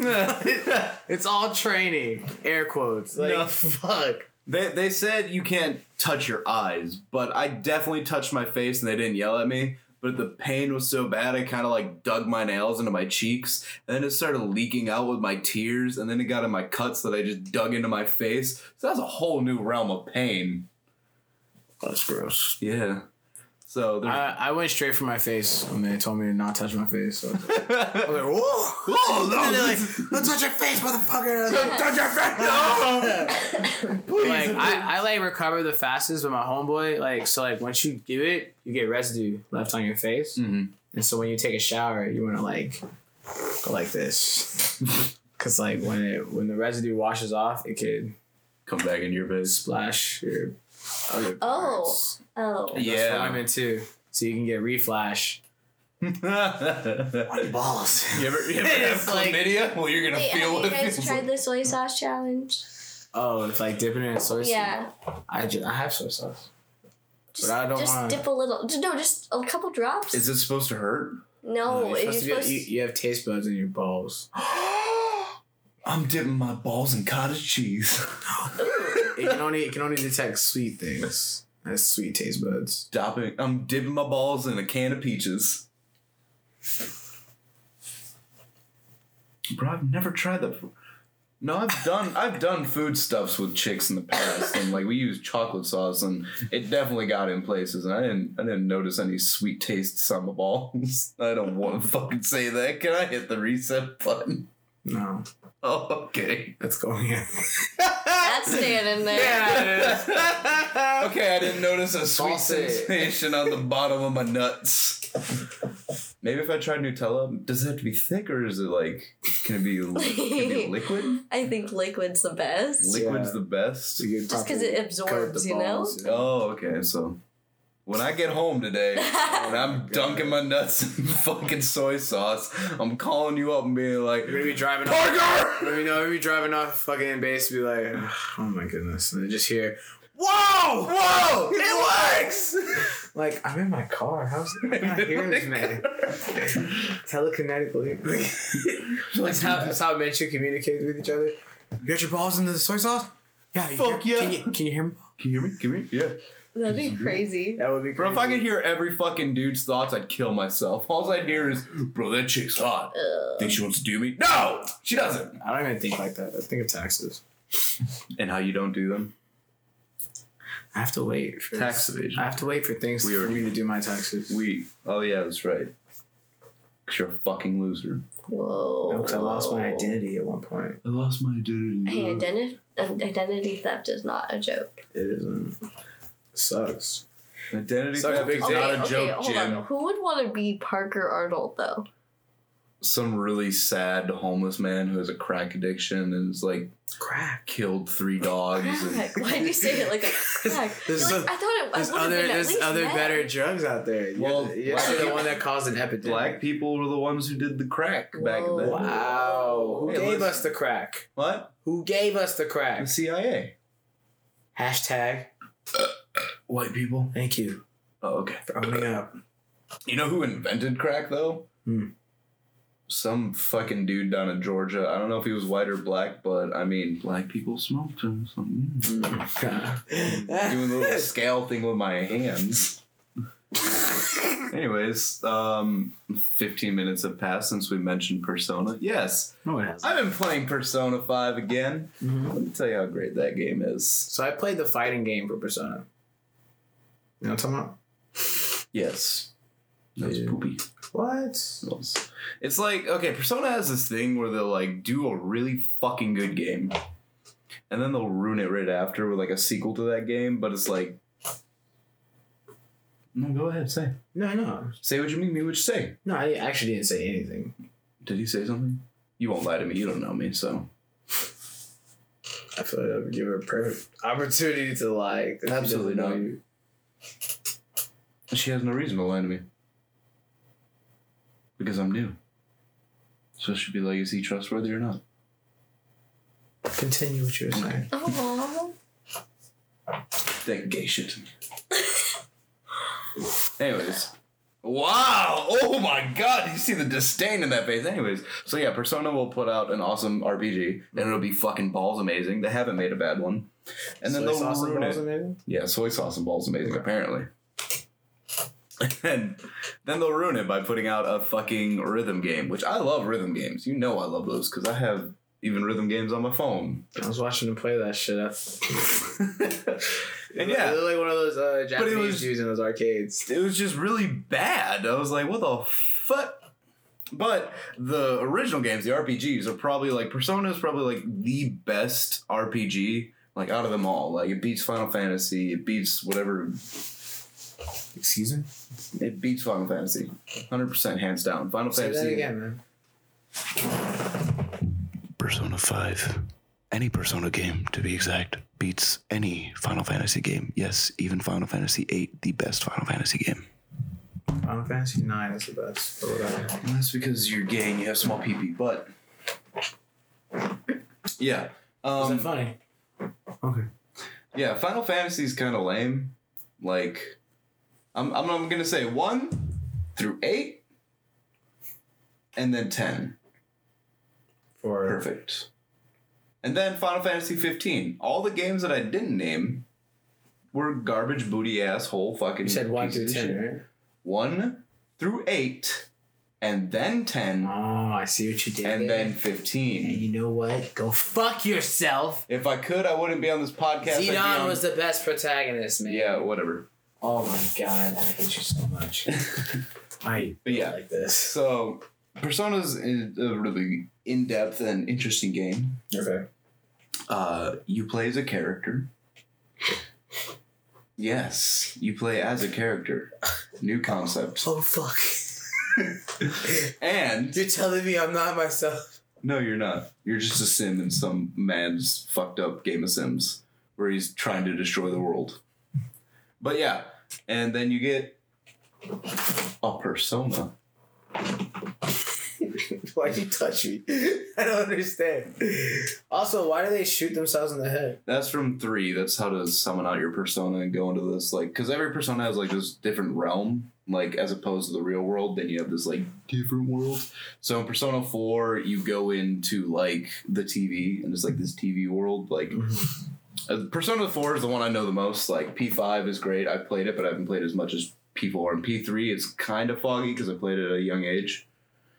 [SPEAKER 2] it's all training, air quotes. Like,
[SPEAKER 4] fuck.
[SPEAKER 1] They, they said you can't touch your eyes, but I definitely touched my face and they didn't yell at me. But the pain was so bad, I kind of like dug my nails into my cheeks, and then it started leaking out with my tears, and then it got in my cuts that I just dug into my face. So that's a whole new realm of pain.
[SPEAKER 2] That's gross.
[SPEAKER 1] Yeah. So there's.
[SPEAKER 2] I, I went straight for my face when they told me to not touch my face. So I was like, I was like, whoa!
[SPEAKER 1] oh
[SPEAKER 2] And
[SPEAKER 1] no!
[SPEAKER 2] they're
[SPEAKER 1] this-
[SPEAKER 2] like, don't touch your face, motherfucker! I was like,
[SPEAKER 1] touch your face! No! Please.
[SPEAKER 2] Like, I, I like recover the fastest with my homeboy. Like so, like once you do it, you get residue left on your face,
[SPEAKER 1] Mhm.
[SPEAKER 2] and so when you take a shower, you want to like go like this, because like when it when the residue washes off, it could
[SPEAKER 1] Come back in your face.
[SPEAKER 2] splash your other
[SPEAKER 3] Oh.
[SPEAKER 2] parts.
[SPEAKER 3] Oh.
[SPEAKER 2] And that's for
[SPEAKER 1] Yeah.
[SPEAKER 2] women too. So you can get reflash.
[SPEAKER 1] you ever,
[SPEAKER 2] Balls.
[SPEAKER 1] you ever have
[SPEAKER 2] It's like-
[SPEAKER 1] chlamydia? well, you're gonna
[SPEAKER 3] Wait,
[SPEAKER 1] feel
[SPEAKER 3] have
[SPEAKER 1] what
[SPEAKER 3] you
[SPEAKER 1] it
[SPEAKER 3] guys
[SPEAKER 1] feels
[SPEAKER 3] tried the soy sauce challenge?
[SPEAKER 2] Oh, it's like dipping it in soy sauce.
[SPEAKER 3] Yeah.
[SPEAKER 2] I, ju- I have soy sauce.
[SPEAKER 3] Just,
[SPEAKER 2] I don't
[SPEAKER 3] just
[SPEAKER 2] wanna-
[SPEAKER 3] dip a little. Just, no, just a couple drops.
[SPEAKER 1] Is it supposed to hurt?
[SPEAKER 3] no,
[SPEAKER 2] Uh, you're
[SPEAKER 3] if
[SPEAKER 2] supposed to be-
[SPEAKER 3] Oh, you're supposed
[SPEAKER 2] you, you have taste buds in your balls.
[SPEAKER 1] I'm dipping my balls in cottage cheese.
[SPEAKER 2] It can only it can only detect sweet things. That's sweet taste buds.
[SPEAKER 1] Stopping. I'm dipping my balls in a can of peaches. Bro, I've never tried that. before. No, I've done I've done foodstuffs with chicks in the past, and like we used chocolate sauce, and it definitely got in places. And I didn't I didn't notice any sweet tastes on my balls. I don't want to fucking say that. Can I hit the reset button?
[SPEAKER 2] No,
[SPEAKER 1] Oh, okay.
[SPEAKER 2] that's going in.
[SPEAKER 3] that's staying in there.
[SPEAKER 1] okay, I didn't notice a sweet
[SPEAKER 2] Saucy.
[SPEAKER 1] sensation on the bottom of my nuts. Maybe if I tried Nutella, does it have to be thick or is it like can it be, can it be liquid?
[SPEAKER 3] I think liquid's the best.
[SPEAKER 1] Liquid's the
[SPEAKER 2] Yeah.
[SPEAKER 1] best.
[SPEAKER 3] Just 'cause it absorbs, you know?
[SPEAKER 1] Oh, okay. So when I get home today and I'm dunking my nuts in fucking soy sauce, I'm calling you up and being like,
[SPEAKER 2] We're gonna be driving off.
[SPEAKER 1] Parker!
[SPEAKER 2] You know, we're gonna be driving off fucking base. Be like, oh my goodness, and then just hear,
[SPEAKER 1] Whoa! Whoa! It works!
[SPEAKER 2] like, I'm in my car. How's I not hearing this man? Telekinetically. That's how that's how men should communicate with each other. You got your balls in the soy sauce? Yeah. you
[SPEAKER 1] Fuck
[SPEAKER 2] hear-
[SPEAKER 1] yeah.
[SPEAKER 2] Can you, can you hear me?
[SPEAKER 1] Can you hear me? Can you hear me? Yeah.
[SPEAKER 3] That'd
[SPEAKER 2] Mm-hmm.
[SPEAKER 3] be crazy.
[SPEAKER 2] That would be.
[SPEAKER 1] Bro, if I could hear every fucking dude's thoughts, I'd kill myself. All I'd hear is, bro, that chick's hot. Think she wants to do me? No! She doesn't!
[SPEAKER 2] I don't even think like that. I think of taxes.
[SPEAKER 1] And how you don't do them?
[SPEAKER 2] I have to wait for
[SPEAKER 1] Tax evasion.
[SPEAKER 2] I have to wait for things
[SPEAKER 1] We
[SPEAKER 2] for
[SPEAKER 1] already-
[SPEAKER 2] me to do my taxes.
[SPEAKER 1] We. Oh, yeah, that's right. Because you're a fucking loser.
[SPEAKER 3] Whoa.
[SPEAKER 2] Because I lost my identity at one point.
[SPEAKER 1] I lost my
[SPEAKER 3] Hey,
[SPEAKER 1] identity.
[SPEAKER 3] identi- identity theft is not a joke.
[SPEAKER 2] It isn't. sucks.
[SPEAKER 1] Identity
[SPEAKER 2] Such a
[SPEAKER 1] theft
[SPEAKER 2] big
[SPEAKER 1] is
[SPEAKER 2] deal.
[SPEAKER 1] not a joke,
[SPEAKER 3] hold
[SPEAKER 1] Jim.
[SPEAKER 3] on. Who would want to be Parker Arnold though?
[SPEAKER 1] some really sad homeless man who has a crack addiction and is like
[SPEAKER 2] Crack.
[SPEAKER 1] killed three dogs. And,
[SPEAKER 3] Crack. Why do you say it like a crack? You're
[SPEAKER 5] There's
[SPEAKER 3] like,
[SPEAKER 5] a-
[SPEAKER 3] I thought it. I
[SPEAKER 5] There's
[SPEAKER 3] would've
[SPEAKER 5] other
[SPEAKER 3] been at
[SPEAKER 5] there's
[SPEAKER 3] least
[SPEAKER 5] other
[SPEAKER 3] mad.
[SPEAKER 5] better drugs out there. You're
[SPEAKER 1] Well,
[SPEAKER 5] the- you're
[SPEAKER 1] black
[SPEAKER 5] the
[SPEAKER 2] the
[SPEAKER 1] people-
[SPEAKER 2] one that caused an epidemic.
[SPEAKER 1] black people were the ones who did the crack back
[SPEAKER 3] Whoa.
[SPEAKER 1] then.
[SPEAKER 2] Wow. Who
[SPEAKER 1] Hey,
[SPEAKER 2] gave
[SPEAKER 1] listen.
[SPEAKER 2] us the crack?
[SPEAKER 1] What?
[SPEAKER 2] Who gave us the
[SPEAKER 1] The
[SPEAKER 2] crack?
[SPEAKER 1] CIA.
[SPEAKER 2] Hashtag.
[SPEAKER 1] White people.
[SPEAKER 2] Thank you
[SPEAKER 1] Oh, okay.
[SPEAKER 2] for owning up.
[SPEAKER 1] You know who invented crack though?
[SPEAKER 2] Hmm.
[SPEAKER 1] Some fucking dude down in Georgia. I don't know if he was white or black, but I mean, black people smoked him. So, mm. doing
[SPEAKER 2] Mm-hmm.
[SPEAKER 1] a little scale thing with my hands. Anyways, um, 15 minutes have passed since we mentioned Persona. Yes,
[SPEAKER 5] no one has.
[SPEAKER 1] I've been playing Persona 5 again. Let me tell you how great that game is.
[SPEAKER 2] Mm-hmm. So I played the fighting game for Persona. You know what I'm talking about?
[SPEAKER 1] Yes. That was
[SPEAKER 2] Yeah.
[SPEAKER 1] poopy.
[SPEAKER 2] What?
[SPEAKER 1] Those- It's like okay, Persona has this thing where they'll like do a really fucking good game, and then they'll ruin it right after with like a sequel to that game. But it's like, no, go ahead, say
[SPEAKER 2] No, no.
[SPEAKER 1] say what you mean. Me, what you say?
[SPEAKER 2] No, I actually didn't say anything.
[SPEAKER 1] Did he say something? You won't lie to me. You don't know me, so
[SPEAKER 2] I feel like I would give her a perfect opportunity to lie. 'cause she
[SPEAKER 1] Absolutely
[SPEAKER 2] doesn't know
[SPEAKER 1] not.
[SPEAKER 2] you.
[SPEAKER 1] she has no reason to lie to me because I'm new. So she'd be like, is he trustworthy or not?
[SPEAKER 2] Continue what you were saying.
[SPEAKER 3] Aw.
[SPEAKER 1] That gay shit to me. Anyways. Wow! Oh my god! You see the disdain in that face. Anyways, so yeah, Persona will put out an awesome RPG, and it'll be fucking balls amazing. They haven't made a bad one, and then
[SPEAKER 2] Soy
[SPEAKER 1] they'll
[SPEAKER 2] sauce and
[SPEAKER 1] ruin
[SPEAKER 2] balls
[SPEAKER 1] it.
[SPEAKER 2] amazing?
[SPEAKER 1] Yeah, soy sauce and balls amazing apparently. And then they'll ruin it by putting out a fucking rhythm game, which I love rhythm games. You know I love those because I have even rhythm games on my phone.
[SPEAKER 2] I was watching him play that shit. Up.
[SPEAKER 1] and yeah,
[SPEAKER 2] they're like one of those uh, Japanese
[SPEAKER 1] was-
[SPEAKER 2] dudes in those arcades.
[SPEAKER 1] it was just really bad. I was like, what the fuck? But the original games, the RPGs, are probably like Persona is probably like the best RPG like out of them all. Like it beats Final Fantasy, it beats whatever,
[SPEAKER 2] Excuse me.
[SPEAKER 1] it beats Final Fantasy, hundred percent hands down. Final
[SPEAKER 2] Say
[SPEAKER 1] Fantasy
[SPEAKER 2] that again, man.
[SPEAKER 6] Persona 5. Any Persona game, to be exact, beats any Final Fantasy game. Yes, even Final Fantasy VIII, the best Final Fantasy game.
[SPEAKER 2] Final Fantasy Nine is the best. But whatever.
[SPEAKER 1] And that's because you're gay and you have small pee pee. But yeah,
[SPEAKER 2] Is
[SPEAKER 1] um,
[SPEAKER 2] that funny? Okay.
[SPEAKER 1] Yeah, Final Fantasy is kind of lame. Like, I'm, I'm, I'm going to say 1 through 8 and then 10.
[SPEAKER 2] For
[SPEAKER 1] Perfect. And then Final Fantasy 15. All the games that I didn't name were garbage booty asshole fucking.
[SPEAKER 2] you said one through
[SPEAKER 1] pieces of shit.
[SPEAKER 2] ten,
[SPEAKER 1] 1 through 8 and then 10
[SPEAKER 2] right? Oh, I see what you did.
[SPEAKER 1] and
[SPEAKER 2] there.
[SPEAKER 1] then 15.
[SPEAKER 2] And you know what? Go fuck yourself.
[SPEAKER 1] If I could, I wouldn't be on this podcast. I'd be
[SPEAKER 2] Xenon
[SPEAKER 1] on-
[SPEAKER 2] was the best protagonist, man.
[SPEAKER 1] Yeah, whatever.
[SPEAKER 2] Oh my god, I hate you so much. I
[SPEAKER 1] But yeah.
[SPEAKER 2] like this.
[SPEAKER 1] So, Persona's is a really in depth and interesting game.
[SPEAKER 2] Okay.
[SPEAKER 1] Uh, you play as a character. Yes, you play as a character. New concept.
[SPEAKER 2] Oh fuck.
[SPEAKER 1] And
[SPEAKER 2] You're telling me I'm not myself.
[SPEAKER 1] no, you're not. You're just a sim in some man's fucked up game of Sims where he's trying to destroy the world. But yeah, and then you get a persona.
[SPEAKER 2] Why'd you touch me? I don't understand. Also, why do they shoot themselves in the head?
[SPEAKER 1] That's from three. That's how to summon out your persona and go into this like because every persona has like this different realm. Like as opposed to the real world, then you have this like different world. So in Persona Four, you go into like the TV and it's like this TV world. Like uh, Persona Four is the one I know the most. Like P Five is great. I played it, but I haven't played as much as P Four. And P Three is kind of foggy because I played it at a young age.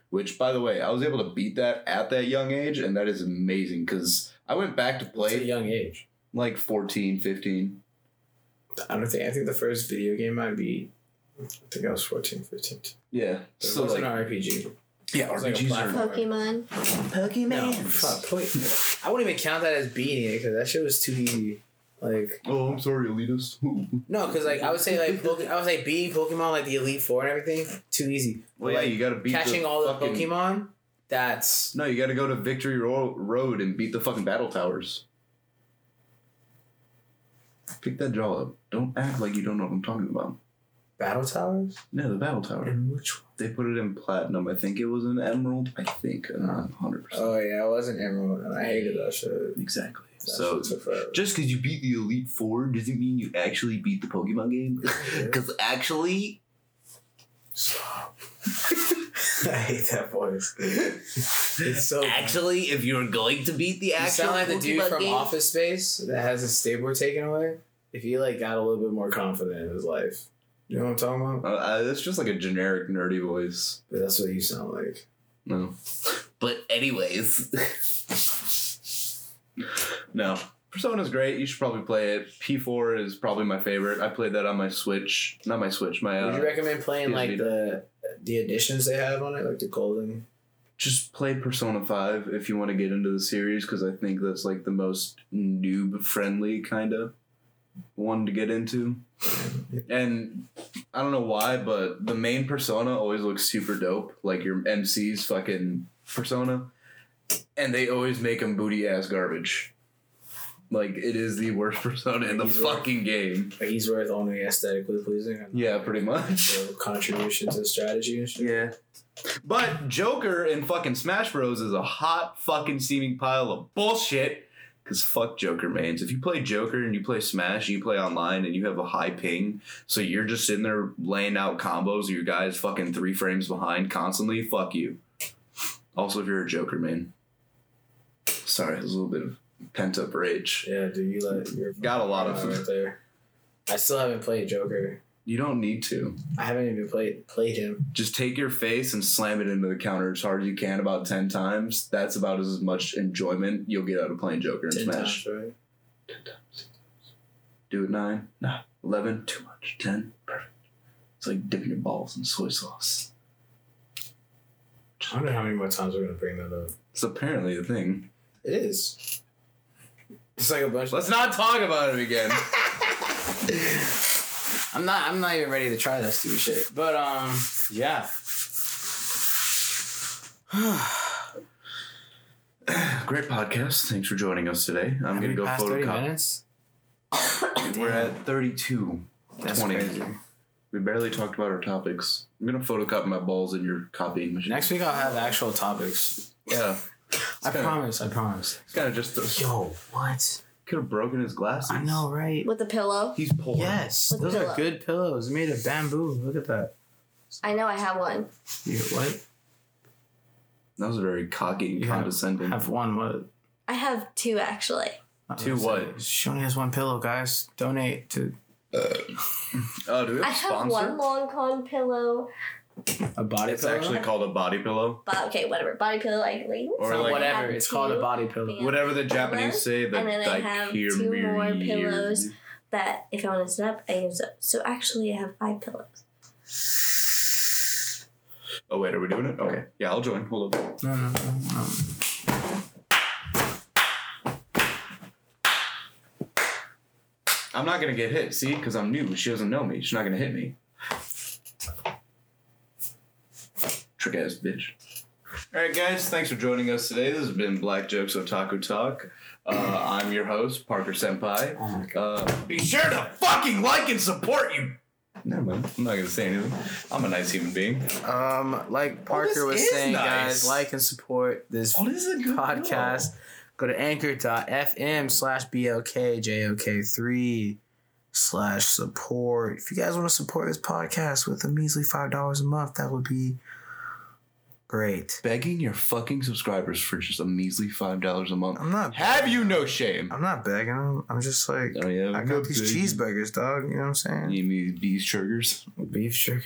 [SPEAKER 1] Which, by the way, I was able to beat that at that young age, and that is amazing because I went back to
[SPEAKER 2] It's
[SPEAKER 1] play
[SPEAKER 2] a young age.
[SPEAKER 1] like 14, 15.
[SPEAKER 2] I don't think. I think the first video game might be. I think I was 14, 15.
[SPEAKER 1] Yeah.
[SPEAKER 2] But
[SPEAKER 1] So
[SPEAKER 2] it wasn't
[SPEAKER 1] like,
[SPEAKER 2] an RPG.
[SPEAKER 1] yeah,
[SPEAKER 2] it was like a
[SPEAKER 1] RPGs are
[SPEAKER 2] platform.
[SPEAKER 3] Pokemon.
[SPEAKER 1] Pokemon.
[SPEAKER 2] No, fuck. Pokemon. I wouldn't even count that as beating it because that shit was too easy. Like
[SPEAKER 1] Oh, I'm sorry, elitist.
[SPEAKER 2] no, because like I would say like Poke- I would say beating Pokemon like the Elite Four and everything too easy.
[SPEAKER 1] well, yeah,
[SPEAKER 2] Like,
[SPEAKER 1] you gotta beat
[SPEAKER 2] catching
[SPEAKER 1] the
[SPEAKER 2] all the
[SPEAKER 1] fucking-
[SPEAKER 2] Pokemon
[SPEAKER 4] That's
[SPEAKER 1] No, you got to go to Victory Ro- Road and beat the fucking battle towers. Pick that jaw up. Don't act like you don't know what I'm talking about.
[SPEAKER 4] Battle Towers?
[SPEAKER 1] No, the battle tower.
[SPEAKER 4] And which one?
[SPEAKER 1] They put it in platinum. I think it was an emerald. I think. uh, I'm not 100%.
[SPEAKER 4] Oh yeah, it wasn't Emerald, and I hated that shit.
[SPEAKER 1] exactly.
[SPEAKER 4] That
[SPEAKER 1] So
[SPEAKER 4] shit took forever.
[SPEAKER 1] just because you beat the Elite Four doesn't mean you actually beat the Pokemon game. Because actually,
[SPEAKER 4] I hate that voice. it's so.
[SPEAKER 1] actually, if you're going to beat the
[SPEAKER 4] you
[SPEAKER 1] actual
[SPEAKER 4] sound like the dude
[SPEAKER 1] Pokemon
[SPEAKER 4] from
[SPEAKER 1] game,
[SPEAKER 4] Office Space that has his stapler taken away. If he like got a little bit more confident in his life, you know what I'm talking about?
[SPEAKER 1] Uh, uh, that's just like a generic nerdy voice.
[SPEAKER 4] But that's what you sound like.
[SPEAKER 1] No. But anyways. no. Persona's great. You should probably play it. P4 is probably my favorite. I played that on my Switch. Not my Switch, my
[SPEAKER 4] Would you
[SPEAKER 1] uh,
[SPEAKER 4] recommend playing
[SPEAKER 1] excuse
[SPEAKER 4] like
[SPEAKER 1] me.
[SPEAKER 4] the the additions they have on it, like the golden?
[SPEAKER 1] just play Persona 5 if you want to get into the series cuz I think that's like the most noob friendly kind of one to get into. And I don't know why, but the main persona always looks super dope, like your MC's fucking persona. And they always make him booty ass garbage. Like it is the worst persona in the
[SPEAKER 4] He's right.
[SPEAKER 1] fucking game.
[SPEAKER 4] Like he's worth only aesthetically pleasing.
[SPEAKER 1] Yeah, pretty much.
[SPEAKER 4] So contributions and strategy and shit.
[SPEAKER 1] Yeah. But Joker in fucking Smash Bros is a hot fucking seeming pile of bullshit. Cause fuck Joker mains. If you play Joker and you play Smash and you play online and you have a high ping, so you're just sitting there laying out combos of your guys fucking three frames behind constantly, fuck you. Also if you're a Joker main. Sorry, there's a little bit of pent up rage.
[SPEAKER 4] Yeah, dude, you let your
[SPEAKER 1] Got a lot of-
[SPEAKER 2] Uh,
[SPEAKER 4] right there. I still haven't played Joker.
[SPEAKER 1] You don't need to.
[SPEAKER 4] I haven't even played played him.
[SPEAKER 1] Just take your face and slam it into the counter as hard as you can about 10 times. That's about as much enjoyment you'll get out of playing Joker and
[SPEAKER 4] Ten
[SPEAKER 1] Smash.
[SPEAKER 4] times, right?
[SPEAKER 1] Do it nine. Nah. Eleven. Too much. Ten. Perfect. It's like dipping your balls in soy sauce.
[SPEAKER 4] I wonder how many more times we're gonna bring that up.
[SPEAKER 1] It's apparently the thing.
[SPEAKER 4] It is. It's like a bunch.
[SPEAKER 1] Let's not talk about it again.
[SPEAKER 2] I'm not. I'm not even ready to try that stupid shit. But um, yeah.
[SPEAKER 1] Great podcast. Thanks for joining us today. I'm gonna go
[SPEAKER 2] past
[SPEAKER 1] photocopy.
[SPEAKER 2] minutes.
[SPEAKER 1] We're at thirty-two.
[SPEAKER 2] That's
[SPEAKER 1] 20.
[SPEAKER 2] crazy.
[SPEAKER 1] We barely talked about our topics. I'm gonna photocopy my balls in your copying machine.
[SPEAKER 2] Next week I'll have actual topics.
[SPEAKER 1] Yeah.
[SPEAKER 2] I
[SPEAKER 1] kinda-
[SPEAKER 2] promise. I promise.
[SPEAKER 1] It's kind of just
[SPEAKER 2] Yo, what?
[SPEAKER 1] could have broken his glasses.
[SPEAKER 2] I know, right?
[SPEAKER 3] With a pillow.
[SPEAKER 1] He's poor.
[SPEAKER 2] Yes,
[SPEAKER 3] With
[SPEAKER 2] those
[SPEAKER 3] pillow.
[SPEAKER 2] are good pillows made of bamboo. Look at that.
[SPEAKER 3] I know I have one.
[SPEAKER 2] You what?
[SPEAKER 1] That was very cocky and
[SPEAKER 2] Yeah.
[SPEAKER 1] condescending.
[SPEAKER 2] Have one. What?
[SPEAKER 3] I have two actually.
[SPEAKER 1] Two what?
[SPEAKER 2] She only has one pillow, guys. Donate to
[SPEAKER 1] Oh, do we have a
[SPEAKER 3] I have
[SPEAKER 1] sponsor?
[SPEAKER 3] one long con pillow.
[SPEAKER 2] a body
[SPEAKER 1] it's
[SPEAKER 2] pillow.
[SPEAKER 1] actually called a body pillow.
[SPEAKER 3] But okay, whatever. Body pillow, I like.
[SPEAKER 1] Or
[SPEAKER 2] Or
[SPEAKER 1] like
[SPEAKER 2] whatever.
[SPEAKER 3] have
[SPEAKER 2] It's called a
[SPEAKER 3] two
[SPEAKER 2] body pillow.
[SPEAKER 3] Yeah.
[SPEAKER 1] Whatever the
[SPEAKER 3] Pillows,
[SPEAKER 1] Japanese say, the
[SPEAKER 3] and then I have two more pillows. That if I want to sit up, I can sit up. So actually, I have five pillows.
[SPEAKER 1] Oh wait, are we doing it? Okay, yeah, I'll join. Hold up.
[SPEAKER 2] No, no, no, no.
[SPEAKER 1] I'm not gonna get hit. See, because I'm new. She doesn't know me. She's not gonna hit me. Trick ass bitch. All right, guys, thanks for joining us today. This has been Black Jokes Otaku Talk. Uh, I'm your host, Parker Senpai.
[SPEAKER 4] Oh my
[SPEAKER 1] Uh, be sure to fucking like and support you. Never mind. I'm not gonna say anything. I'm a nice human being.
[SPEAKER 2] Um, like Parker
[SPEAKER 1] this
[SPEAKER 2] was
[SPEAKER 1] is
[SPEAKER 2] saying,
[SPEAKER 1] nice.
[SPEAKER 2] guys, like and support this
[SPEAKER 1] Oh, this is a good
[SPEAKER 2] podcast. Go to anchor.fm slash blkjok3 slash support. If you guys want to support this podcast with a measly $5 a month, that would be great.
[SPEAKER 1] begging your fucking subscribers for just a measly five dollars a month.
[SPEAKER 2] I'm not
[SPEAKER 1] Have you no shame?
[SPEAKER 2] I'm not begging them. I'm just like,
[SPEAKER 1] Oh, yeah,
[SPEAKER 2] I got these cheeseburgers, dog. You know what I'm saying?
[SPEAKER 1] You mean these triggers?
[SPEAKER 2] Beef sugars.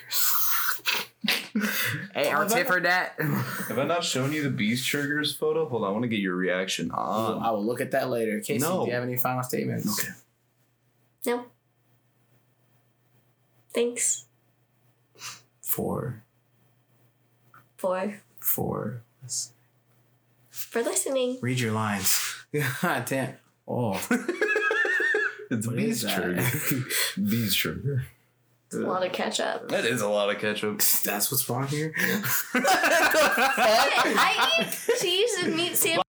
[SPEAKER 2] hey, I'll tip her that.
[SPEAKER 1] Have I not shown you the bees triggers photo? Hold on, I want to get your reaction on.
[SPEAKER 2] I will look at that later. Casey,
[SPEAKER 1] No.
[SPEAKER 2] do you have any final statements?
[SPEAKER 1] Okay.
[SPEAKER 3] No. Thanks
[SPEAKER 2] Four,
[SPEAKER 3] for
[SPEAKER 2] four.
[SPEAKER 3] for listening.
[SPEAKER 2] Read your lines. God damn. Oh.
[SPEAKER 1] It's
[SPEAKER 2] What is
[SPEAKER 1] bees
[SPEAKER 2] that?
[SPEAKER 1] trigger. bees trigger.
[SPEAKER 3] A lot of catch up.
[SPEAKER 1] That is a lot of ketchup.
[SPEAKER 2] That's what's wrong here.
[SPEAKER 3] I eat cheese and meat sandwiches